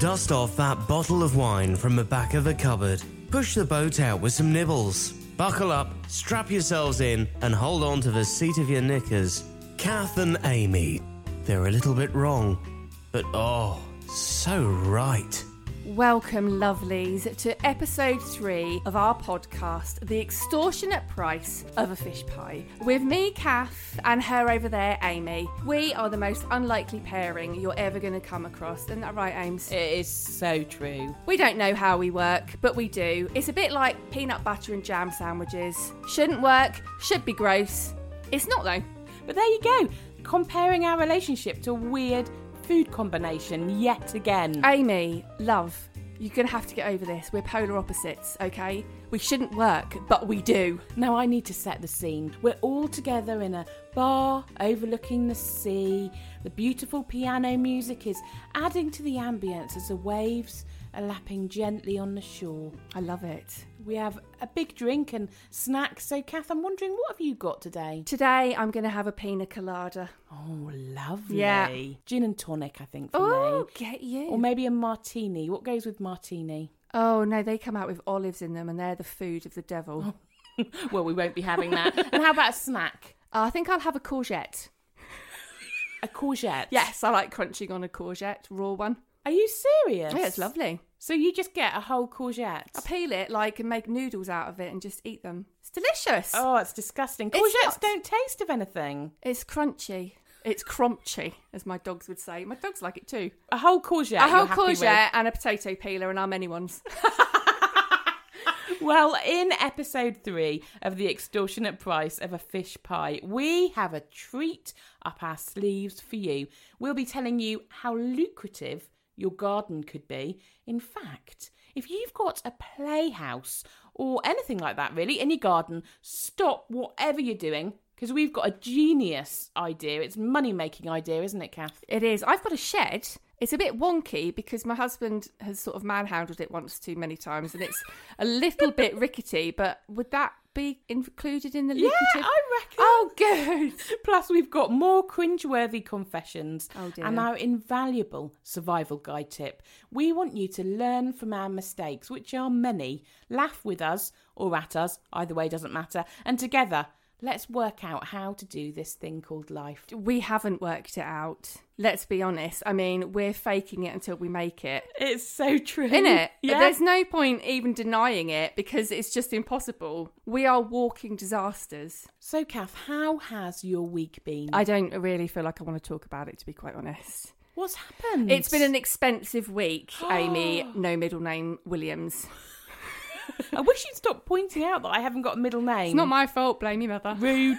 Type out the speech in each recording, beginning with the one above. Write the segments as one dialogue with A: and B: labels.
A: Dust off that bottle of wine from the back of the cupboard. Push the boat out with some nibbles. Buckle up, strap yourselves in, and hold on to the seat of your knickers. Kath and Amy. They're a little bit wrong, but oh, so right.
B: Welcome, lovelies, to episode three of our podcast, The Extortionate Price of a Fish Pie, with me, Kath, and her over there, Amy. We are the most unlikely pairing you're ever going to come across. Isn't that right, Ames?
C: It is so true.
B: We don't know how we work, but we do. It's a bit like peanut butter and jam sandwiches. Shouldn't work, should be gross. It's not, though.
C: But there you go, comparing our relationship to a weird food combination yet again.
B: Amy, love, you're going to have to get over this. We're polar opposites, okay? We shouldn't work, but we do.
C: Now I need to set the scene. We're all together in a bar overlooking the sea. The beautiful piano music is adding to the ambience as the waves are lapping gently on the shore.
B: I love it.
C: We have a big drink and snacks. So, Kath, I'm wondering what have you got today?
B: Today, I'm going to have a pina colada.
C: Oh, lovely.
B: Yeah.
C: Gin and tonic, I think, for
B: Oh,
C: me.
B: get you.
C: Or maybe a martini. What goes with martini?
B: oh, no, they come out with olives in them and they're the food of the devil.
C: Oh. well, we won't be having that. and how about a snack?
B: I think I'll have a courgette.
C: A courgette.
B: Yes, I like crunching on a courgette, raw one.
C: Are you serious?
B: Yeah, it's lovely.
C: So you just get a whole courgette.
B: I peel it like and make noodles out of it and just eat them. It's delicious.
C: Oh, it's disgusting.
B: It's
C: Courgettes
B: not-
C: don't taste of anything.
B: It's crunchy. It's crunchy, as my dogs would say. My dogs like it too.
C: A whole courgette.
B: a whole
C: you're happy with.
B: courgette and a potato peeler, and I'm anyone's.
C: Well, in episode three of The Extortionate Price of a Fish Pie, we have a treat up our sleeves for you. We'll be telling you how lucrative your garden could be. In fact, if you've got a playhouse or anything like that, really, in your garden, stop whatever you're doing because we've got a genius idea. It's a money making idea, isn't it, Kath?
B: It is. I've got a shed. It's a bit wonky because my husband has sort of manhandled it once too many times, and it's a little bit rickety. But would that be included in the lucrative?
C: I reckon.
B: Oh, good.
C: Plus, we've got more cringeworthy confessions
B: Oh, dear.
C: and our invaluable survival guide tip. We want you to learn from our mistakes, which are many. Laugh with us or at us, either way doesn't matter. And together, let's work out how to do this thing called life.
B: We haven't worked it out. Let's be honest. I mean, we're faking it until we make it.
C: It's so true,
B: In it,
C: Yeah.
B: there's no point even denying it because it's just impossible. We are walking disasters.
C: So, Kath, how has your week been?
B: I don't really feel like I want to talk about it, to be quite honest.
C: What's happened?
B: It's been an expensive week, Amy. No middle name, Williams.
C: I wish you'd stop pointing out that I haven't got a middle name.
B: It's not my fault. Blame your mother.
C: rude.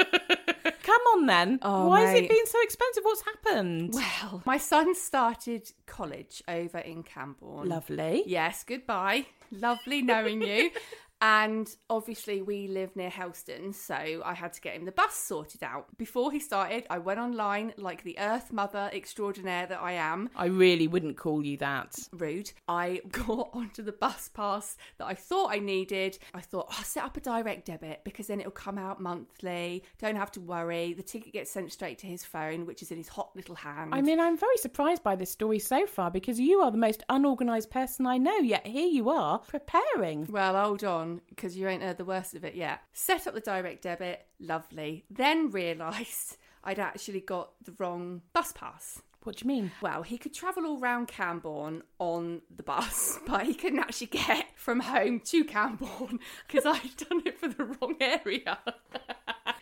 C: Come on, then.
B: Oh,
C: Why has
B: mate.
C: it been so expensive? What's happened?
B: Well, my son started college over in Camborne.
C: Lovely.
B: Yes, goodbye. Lovely knowing you. And obviously, we live near Helston, so I had to get him the bus sorted out. Before he started, I went online like the Earth Mother extraordinaire that I am.
C: I really wouldn't call you that.
B: Rude. I got onto the bus pass that I thought I needed. I thought, "Oh, I'll set up a direct debit because then it'll come out monthly. Don't have to worry. The ticket gets sent straight to his phone, which is in his hot little hand.
C: I mean, I'm very surprised by this story so far because you are the most unorganised person I know, yet here you are preparing.
B: Well, hold on, because you ain't heard the worst of it yet. Set up the direct debit, lovely. Then realised I'd actually got the wrong bus pass.
C: What do you mean?
B: Well, he could travel all round Camborne on the bus, but he couldn't actually get from home to Camborne because I'd done it for the wrong area.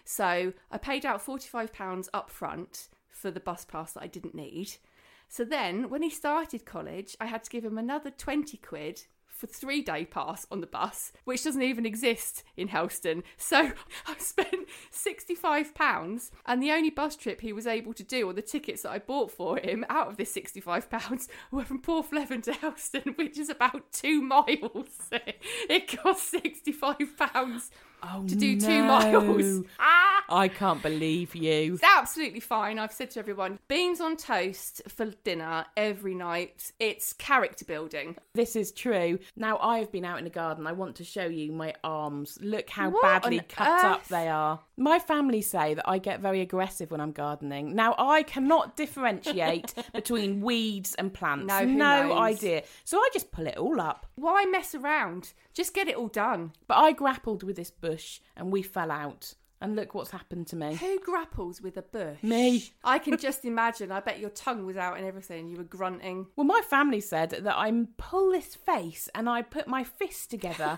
B: so I paid out £45 up front for the bus pass that I didn't need. So then, when he started college, I had to give him another 20 quid for three day pass on the bus, which doesn't even exist in Helston. So I spent £65, and the only bus trip he was able to do, or the tickets that I bought for him out of this £65, were from Porthleven to Helston, which is about two miles. it cost £65
C: Oh,
B: to do two miles.
C: no.
B: Ah!
C: I can't believe you.
B: It's absolutely fine. I've said to everyone, beans on toast for dinner every night. It's character building.
C: This is true. now I have been out in the garden. I want to show you my arms. Look how
B: What
C: badly
B: on
C: cut up
B: earth?
C: they are. My family say that I get very aggressive when I'm gardening. Now I cannot differentiate between weeds and plants.
B: No, who
C: no
B: knows?
C: idea. So I just pull it all up.
B: Why mess around? Just get it all done.
C: But I grappled with this bush and we fell out. And look what's happened to me.
B: Who grapples with a bush?
C: Me.
B: I can just imagine. I bet your tongue was out and everything. You were grunting.
C: Well, my family said that I pull this face and I put my fist together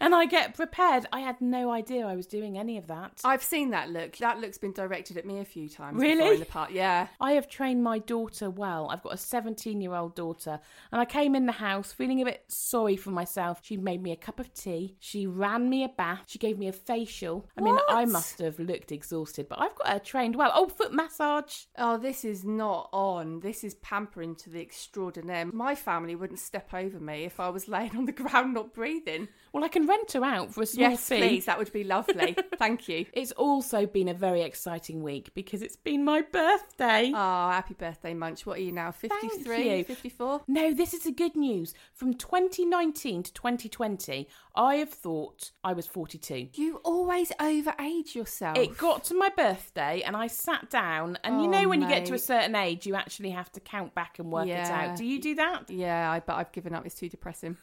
C: and I get prepared. I had no idea I was doing any of that.
B: I've seen that look. That look's been directed at me a few times.
C: Really?
B: before In the part. Yeah.
C: I have trained my daughter well. I've got a 17 year old daughter, and I came in the house feeling a bit sorry for myself. She made me a cup of tea, she ran me a bath, she gave me a facial. I mean, I
B: What?
C: must have looked exhausted, but I've got her trained well. Oh, foot massage.
B: Oh, this is not on. This is pampering to the extraordinaire. My family wouldn't step over me if I was laying on the ground not breathing.
C: Well, I can rent her out for a small
B: Yes,
C: fee.
B: please. That would be lovely. Thank you.
C: It's also been a very exciting week because it's been my birthday.
B: Oh, happy birthday, Munch. What are you now? 53?
C: you.
B: 54?
C: No, this is the good news. From 2019 to 2020, I have thought I was 42.
B: You always overage yourself.
C: It got to my birthday and I sat down, and you
B: Oh,
C: know, when you get to a
B: mate.
C: certain age, you actually have to count back and work it
B: Yeah.
C: out. Do you do that?
B: Yeah, I bet I've given up. It's too depressing.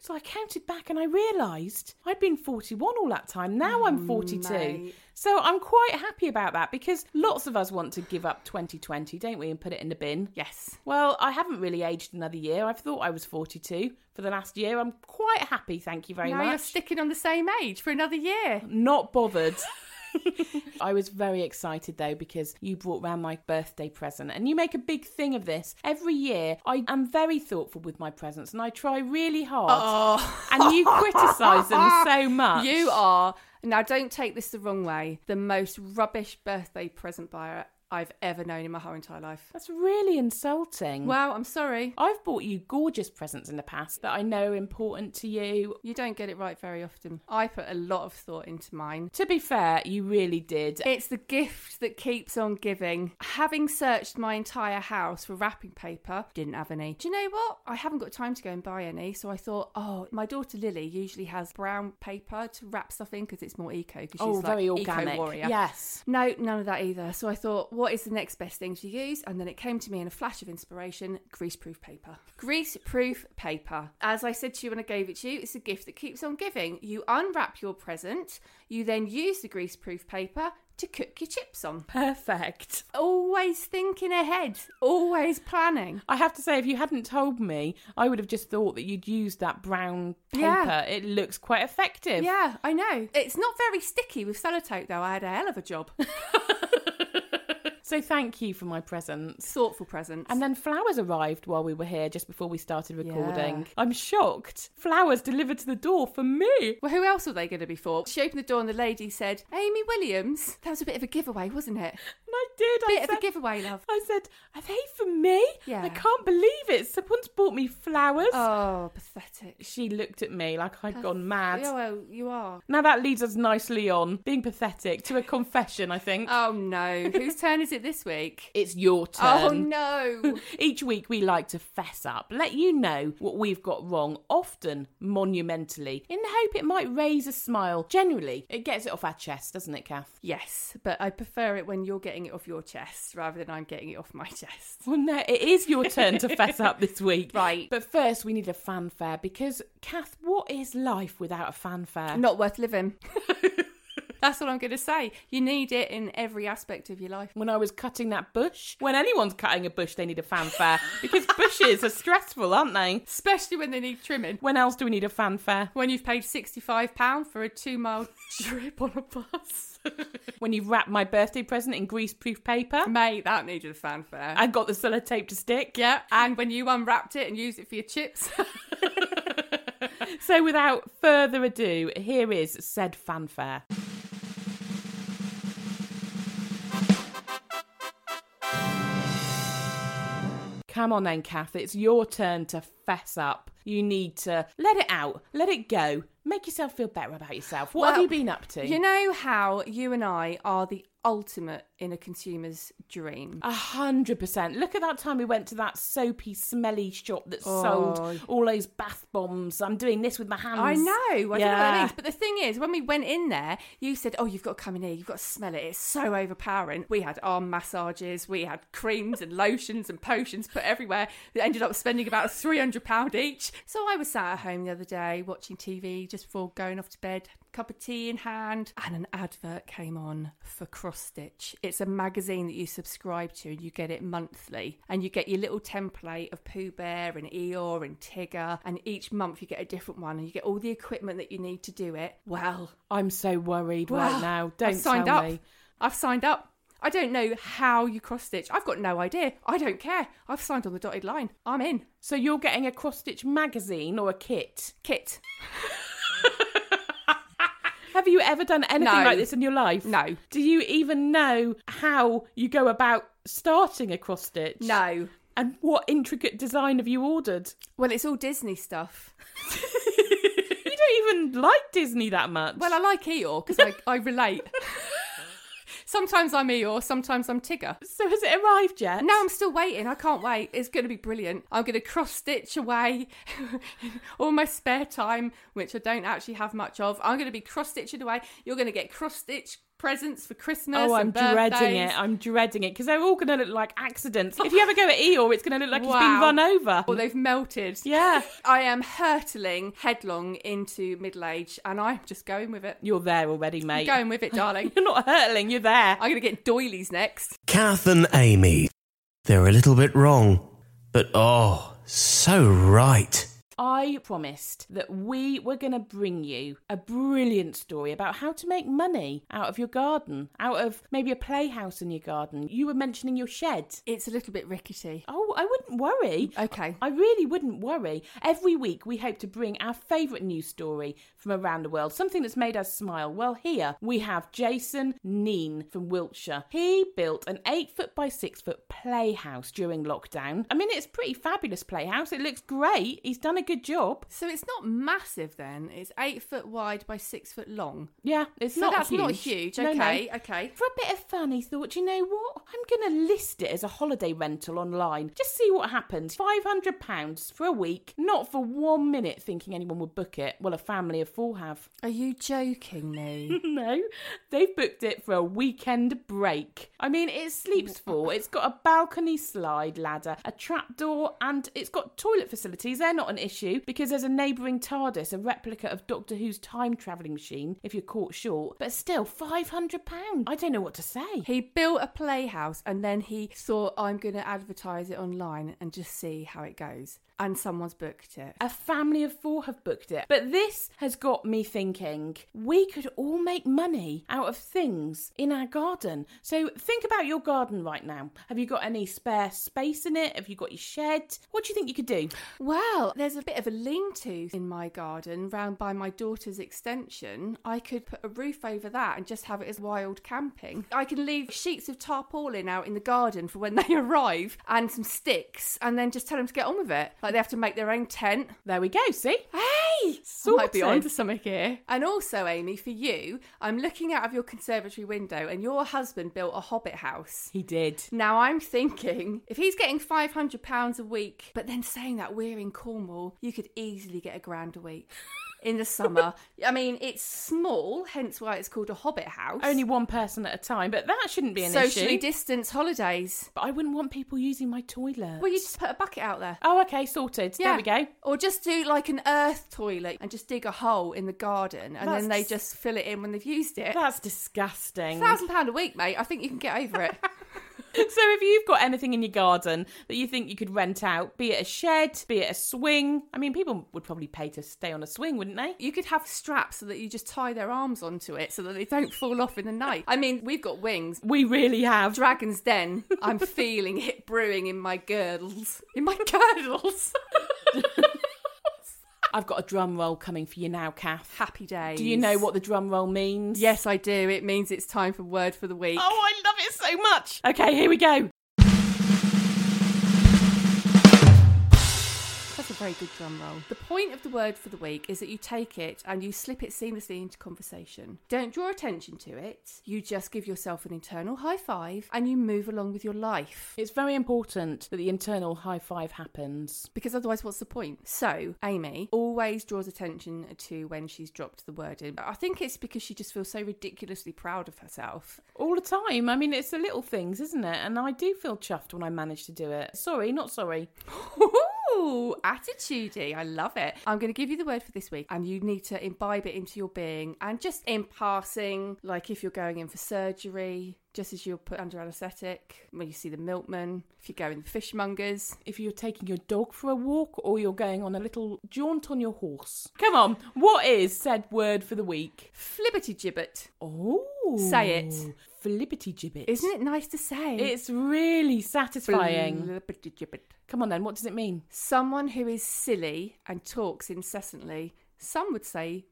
C: So I counted back and I realised I'd been 41 all that time. Now I'm 42.
B: Mm, mate.
C: So I'm quite happy about that because lots of us want to give up 2020, don't we, and put it in the bin.
B: Yes.
C: Well, I haven't really aged another year. I've thought I was 42 for the last year. I'm quite happy, thank you very
B: now
C: much.
B: you're sticking on the same age for another year.
C: Not bothered. I was very excited though because you brought round my birthday present and you make a big thing of this. Every year I am very thoughtful with my presents and I try really hard. And you criticise them so much.
B: You are, now don't take this the wrong way, the most rubbish birthday present buyer I've ever known in my whole entire life.
C: That's really insulting.
B: Well, I'm sorry.
C: I've bought you gorgeous presents in the past that I know are important to you
B: You don't get it right very often. I put a lot of thought into mine.
C: To be fair, you really did.
B: It's the gift that keeps on giving. Having searched my entire house for wrapping paper, didn't have any. Do you know what? I haven't got time to go and buy any, so I thought, oh, my daughter Lily usually has brown paper to wrap stuff in because it's more eco. Because
C: Oh,
B: she's
C: very
B: like
C: organic.
B: Eco warrior.
C: Yes.
B: No, none of that either. So I thought, what is the next best thing to use? And then it came to me in a flash of inspiration greaseproof paper. Greaseproof paper. As I said to you when I gave it to you, it's a gift that keeps on giving. You unwrap your present, you then use the greaseproof paper to cook your chips on.
C: Perfect.
B: Always thinking ahead, always planning.
C: I have to say, if you hadn't told me, I would have just thought that you'd used that brown paper.
B: Yeah.
C: It looks quite effective.
B: Yeah, I know. It's not very sticky with sellotape though. I had a hell of a job.
C: So thank you for my presents.
B: Thoughtful presents.
C: And then flowers arrived while we were here, just before we started recording.
B: Yeah.
C: I'm shocked. Flowers delivered to the door for me.
B: Well, who else were they going to be for? She opened the door and the lady said, Amy Williams. That was a bit of a giveaway, wasn't it?
C: And I did. I
B: Bit of
C: said,
B: a giveaway, love.
C: I said, are they for me?
B: Yeah.
C: I can't believe it. Someone's bought me flowers.
B: Oh, pathetic.
C: She looked at me like i had gone mad.
B: Yeah, well, you are.
C: Now that leads us nicely on, being pathetic, to a confession, I think.
B: Oh, no. Whose turn is it this week?
C: it's your turn.
B: Oh, no.
C: Each week we like to fess up, let you know what we've got wrong, often monumentally, in the hope it might raise a smile. Generally, it gets it off our chest, doesn't it, Kath?
B: yes, but I prefer it when you're getting it off your chest rather than I'm getting it off my chest.
C: Well, no, it is your turn to fess up this week.
B: Right.
C: But first, we need a fanfare because, Kath, what is life without a fanfare?
B: Not worth living. That's all I'm going to say. You need it in every aspect of your life.
C: When I was cutting that bush, when anyone's cutting a bush, they need a fanfare because bushes are stressful, aren't they?
B: Especially when they need trimming.
C: When else do we need a fanfare?
B: When you've paid £65 for a two mile trip on a bus.
C: When you've wrapped my birthday present in greaseproof paper
B: Mate, that needed a fanfare.
C: and got the sellotape to stick.
B: yeah, and when you unwrapped it and used it for your chips.
C: So, without further ado, here is said fanfare. Come on then, Kath, it's your turn to fess up. You need to let it out, let it go, make yourself feel better about yourself. What have
B: Well,
C: you been up to?
B: You know how you and I are the ultimate in a consumer's dream.
C: A hundred percent. Look at that time we went to that soapy, smelly shop that
B: Oh.
C: sold all those bath bombs. I'm doing this with my hands.
B: I know, I don't know what
C: Yeah.
B: that means. But the thing is, when we went in there, you said, Oh, you've got to come in here, you've got to smell it, it's so overpowering. We had arm massages, we had creams and lotions and potions put everywhere. We ended up spending about £300 each. So I was sat at home the other day watching TV just before going off to bed, cup of tea in hand, and an advert came on for Cross Stitch. It's a magazine that you subscribe to and you get it monthly. And you get your little template of Pooh Bear and Eeyore and Tigger, and each month you get a different one and you get all the equipment that you need to do it. Well,
C: I'm so worried
B: well,
C: right now. Don't
B: I've signed
C: tell
B: up.
C: me.
B: I've signed up. I don't know how you cross stitch. I've got no idea. I don't care. I've signed on the dotted line. I'm in.
C: So you're getting a cross stitch magazine or a kit?
B: Kit.
C: Have you ever done anything
B: No.
C: like this in your life?
B: No.
C: Do you even know how you go about starting a cross stitch?
B: No.
C: And what intricate design have you ordered?
B: Well, it's all Disney stuff.
C: You don't even like Disney that much.
B: Well, I like Eeyore because I, I relate. sometimes I'm Eeyore, sometimes I'm Tigger.
C: so has it arrived yet?
B: No, I'm still waiting. I can't wait. It's going to be brilliant. I'm going to cross stitch away all my spare time, which I don't actually have much of. I'm going to be cross stitching away. You're going to get cross stitch presents for Christmas.
C: Oh, I'm
B: and birthdays.
C: dreading it. I'm dreading it because they're all going to look like accidents. If you ever go at Eeyore, it's going to look like he's been
B: Wow.
C: run over.
B: Or they've melted.
C: yeah.
B: I am hurtling headlong into middle age, and I'm just going with it.
C: You're there already, mate.
B: Going with it, darling.
C: You're not hurtling, you're there.
B: I'm going to get doilies next.
A: Kath and Amy. They're a little bit wrong, but oh, so right.
C: I promised that we were going to bring you a brilliant story about how to make money out of your garden, out of maybe a playhouse in your garden. You were mentioning your shed.
B: It's a little bit rickety.
C: Oh, I wouldn't worry.
B: Okay.
C: I really wouldn't worry. Every week, we hope to bring our favourite news story from around the world, something that's made us smile. Well, here we have Jason Neen from Wiltshire. He built an eight foot by six foot playhouse during lockdown. I mean, it's a pretty fabulous playhouse. It looks great. He's done a good job.
B: So it's not massive then. It's eight foot wide by six foot long.
C: Yeah, it's
B: So
C: not
B: that's
C: huge.
B: not huge.
C: No, no.
B: Okay, okay.
C: For a bit of fun, he thought, you know what? I'm going to list it as a holiday rental online. Just see what happens. £500 for a week. Not for one minute thinking anyone would book it. Well, a family of four have.
B: Are you joking me?
C: No, they've booked it for a weekend break. I mean, it sleeps full. It's got a balcony slide ladder, a trapdoor, and it's got toilet facilities. They're not an issue because there's a neighbouring TARDIS, a replica of Doctor Who's time travelling machine, if you're caught short. But still, £500. I don't know what to say.
B: he built a playhouse and then he thought, I'm going to advertise it online and just see how it goes. And someone's booked it.
C: A family of four have booked it. But this has got me thinking we could all make money out of things in our garden. So think about your garden right now. Have you got any spare space in it? Have you got your shed? What do you think you could do?
B: Well, there's a bit of a lean to in my garden round by my daughter's extension. I could put a roof over that and just have it as wild camping. I can leave sheets of tarpaulin out in the garden for when they arrive and some sticks and then just tell them to get on with it. Like they have to make their own tent.
C: There we go, see?
B: Hey! I
C: Sorted.
B: Might be onto something here. And also, Amy, for you, I'm looking out of your conservatory window and your husband built a hobbit house.
C: He did.
B: Now I'm thinking, if he's getting five hundred pounds a week, but then saying that we're in Cornwall, you could easily get a grand a week in the summer. I mean, it's small, hence why it's called a hobbit house.
C: Only one person at a time, but that shouldn't be an
B: socially
C: issue.
B: distanced holidays.
C: but I wouldn't want people using my toilet.
B: Well, you just put a bucket out there.
C: Oh, okay, sorted. There we go.
B: Or just do like an earth toilet and just dig a hole in the garden, and then they
C: That's-
B: just fill it in when they've used it.
C: That's disgusting.
B: Thousand pound a week, mate. I think you can get over it.
C: So if you've got anything in your garden that you think you could rent out, be it a shed, be it a swing, I mean, people would probably pay to stay on a swing, wouldn't they?
B: You could have straps so that you just tie their arms onto it so that they don't fall off in the night. I mean, we've got wings.
C: We really have.
B: Dragon's Den. I'm feeling it brewing in my girdles. In my girdles.
C: I've got a drum roll coming for you now, Kath.
B: Happy days.
C: Do you know what the drum roll means?
B: Yes, I do. It means it's time for word for the week.
C: Oh, I love it so much. Okay, here we go.
B: That's a very good drum roll. The point of the word for the week is that you take it and you slip it seamlessly into conversation. Don't draw attention to it. You just give yourself an internal high five and you move along with your life.
C: It's very important that the internal high five happens.
B: Because otherwise, what's the point? So, Amy always draws attention to when she's dropped the word in. I think it's because she just feels so ridiculously proud of herself.
C: All the time. I mean, it's the little things, isn't it? And I do feel chuffed when I manage to do it. Sorry, not sorry.
B: Ooh, attitudey. I love it. I'm going to give you the word for this week, and you need to imbibe it into your being. And just in passing, like if you're going in for surgery, just as you're put under anaesthetic, when you see the milkman, if you go in the fishmongers.
C: If you're taking your dog for a walk or you're going on a little jaunt on your horse. Come on, what is said word for the week?
B: Flibbity gibbet.
C: Oh.
B: Say it.
C: Flippity gibbet.
B: Isn't it nice to say?
C: It's really satisfying.
B: Flibbity gibbet.
C: Come on then, what does it mean?
B: Someone who is silly and talks incessantly. Some would say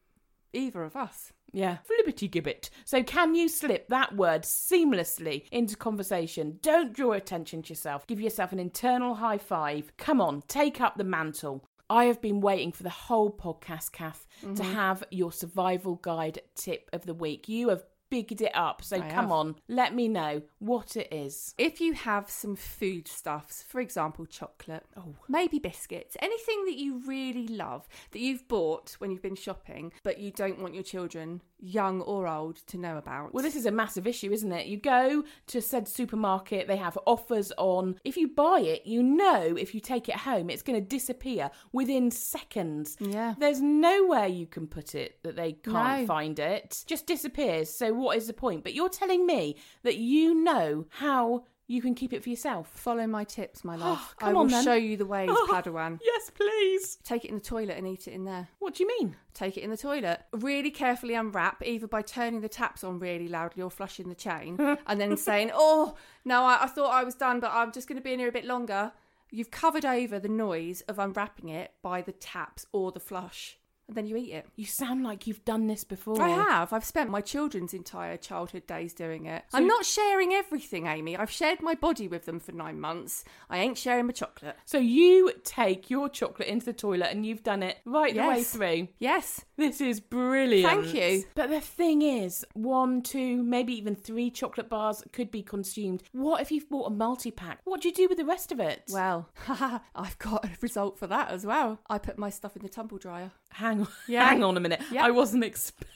B: either of us.
C: Yeah. Flippity gibbet. So, can you slip that word seamlessly into conversation? Don't draw attention to yourself. Give yourself an internal high five. Come on, take up the mantle. I have been waiting for the whole podcast, Kath, to
B: Mm-hmm.
C: have your survival guide tip of the week. You have bigged it up. So,
B: I
C: come
B: have.
C: on, let me know what it is.
B: If you have some foodstuffs, for example, chocolate, maybe biscuits, anything that you really love that you've bought when you've been shopping, but you don't want your children, young or old, to know about.
C: Well, this is a massive issue, isn't it? You go to said supermarket, they have offers on. If you buy it, you know if you take it home, it's going to disappear within seconds.
B: Yeah.
C: There's nowhere you can put it that they can't
B: No.
C: find it. Just disappears. So, what is the point? But you're telling me that you know how you can keep it for yourself.
B: Follow my tips, my love. I
C: come
B: will
C: on then.
B: show you the ways, Padawan.
C: Yes, please.
B: Take it in the toilet and eat it in there.
C: What do you mean?
B: Take it in the toilet. Really carefully unwrap, either by turning the taps on really loudly or flushing the chain, and then saying, Oh, no, I, I thought I was done, but I'm just going to be in here a bit longer. You've covered over the noise of unwrapping it by the taps or the flush, and then you eat it.
C: You sound like you've done this before.
B: I have. I've spent my children's entire childhood days doing it. I'm not sharing everything, Amy. I've shared my body with them for nine months. I ain't sharing my chocolate.
C: So you take your chocolate into the toilet and you've done it right
B: Yes.
C: the way through.
B: Yes.
C: This is brilliant.
B: Thank you.
C: But the thing is, one, two, maybe even three chocolate bars could be consumed. What if you've bought a multi pack? What do you do with the rest of it?
B: Well, I've got a result for that as well. I put my stuff in the tumble dryer.
C: hang on,
B: Yeah.
C: hang on a minute.
B: Yeah.
C: I wasn't expecting.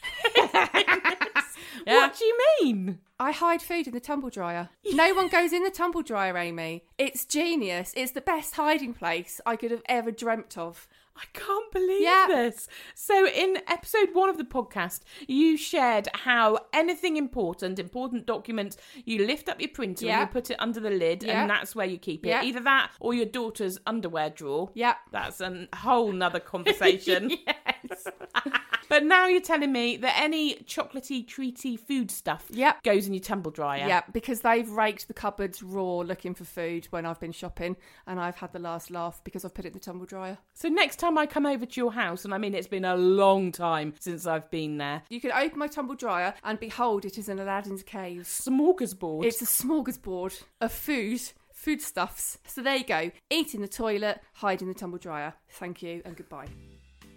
C: this.
B: Yeah.
C: What do you mean?
B: I hide food in the tumble dryer. No one goes in the tumble dryer, Amy. It's genius. It's the best hiding place I could have ever dreamt of.
C: I can't believe
B: Yeah.
C: this. So, in episode one of the podcast, you shared how anything important, important documents, you lift up your printer
B: Yeah.
C: and you put it under the lid,
B: Yeah.
C: and that's where you keep it.
B: Yeah.
C: Either that or your daughter's underwear drawer.
B: Yeah.
C: That's a whole nother conversation.
B: yes.
C: But now you're telling me that any chocolatey, treaty food stuff
B: Yep.
C: goes in your tumble dryer.
B: Yeah, because they've raked the cupboards raw looking for food when I've been shopping and I've had the last laugh because I've put it in the tumble dryer.
C: So next time I come over to your house, and I mean it's been a long time since I've been there,
B: You can open my tumble dryer and behold, it is an Aladdin's cave.
C: smorgasbord.
B: It's a smorgasbord of food, foodstuffs. So there you go. Eat in the toilet, hide in the tumble dryer. Thank you and goodbye.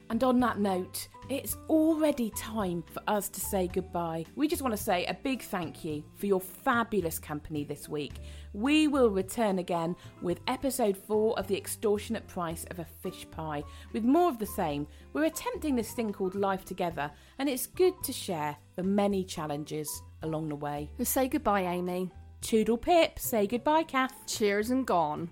C: And on that note, it's already time for us to say goodbye. We just want to say a big thank you for your fabulous company this week. We will return again with episode four of The Extortionate Price of a Fish Pie, with more of the same. We're attempting this thing called Life Together, and it's good to share the many challenges along the way.
B: Say goodbye, Amy.
C: Toodle Pip, say goodbye, Kath.
B: Cheers and gone.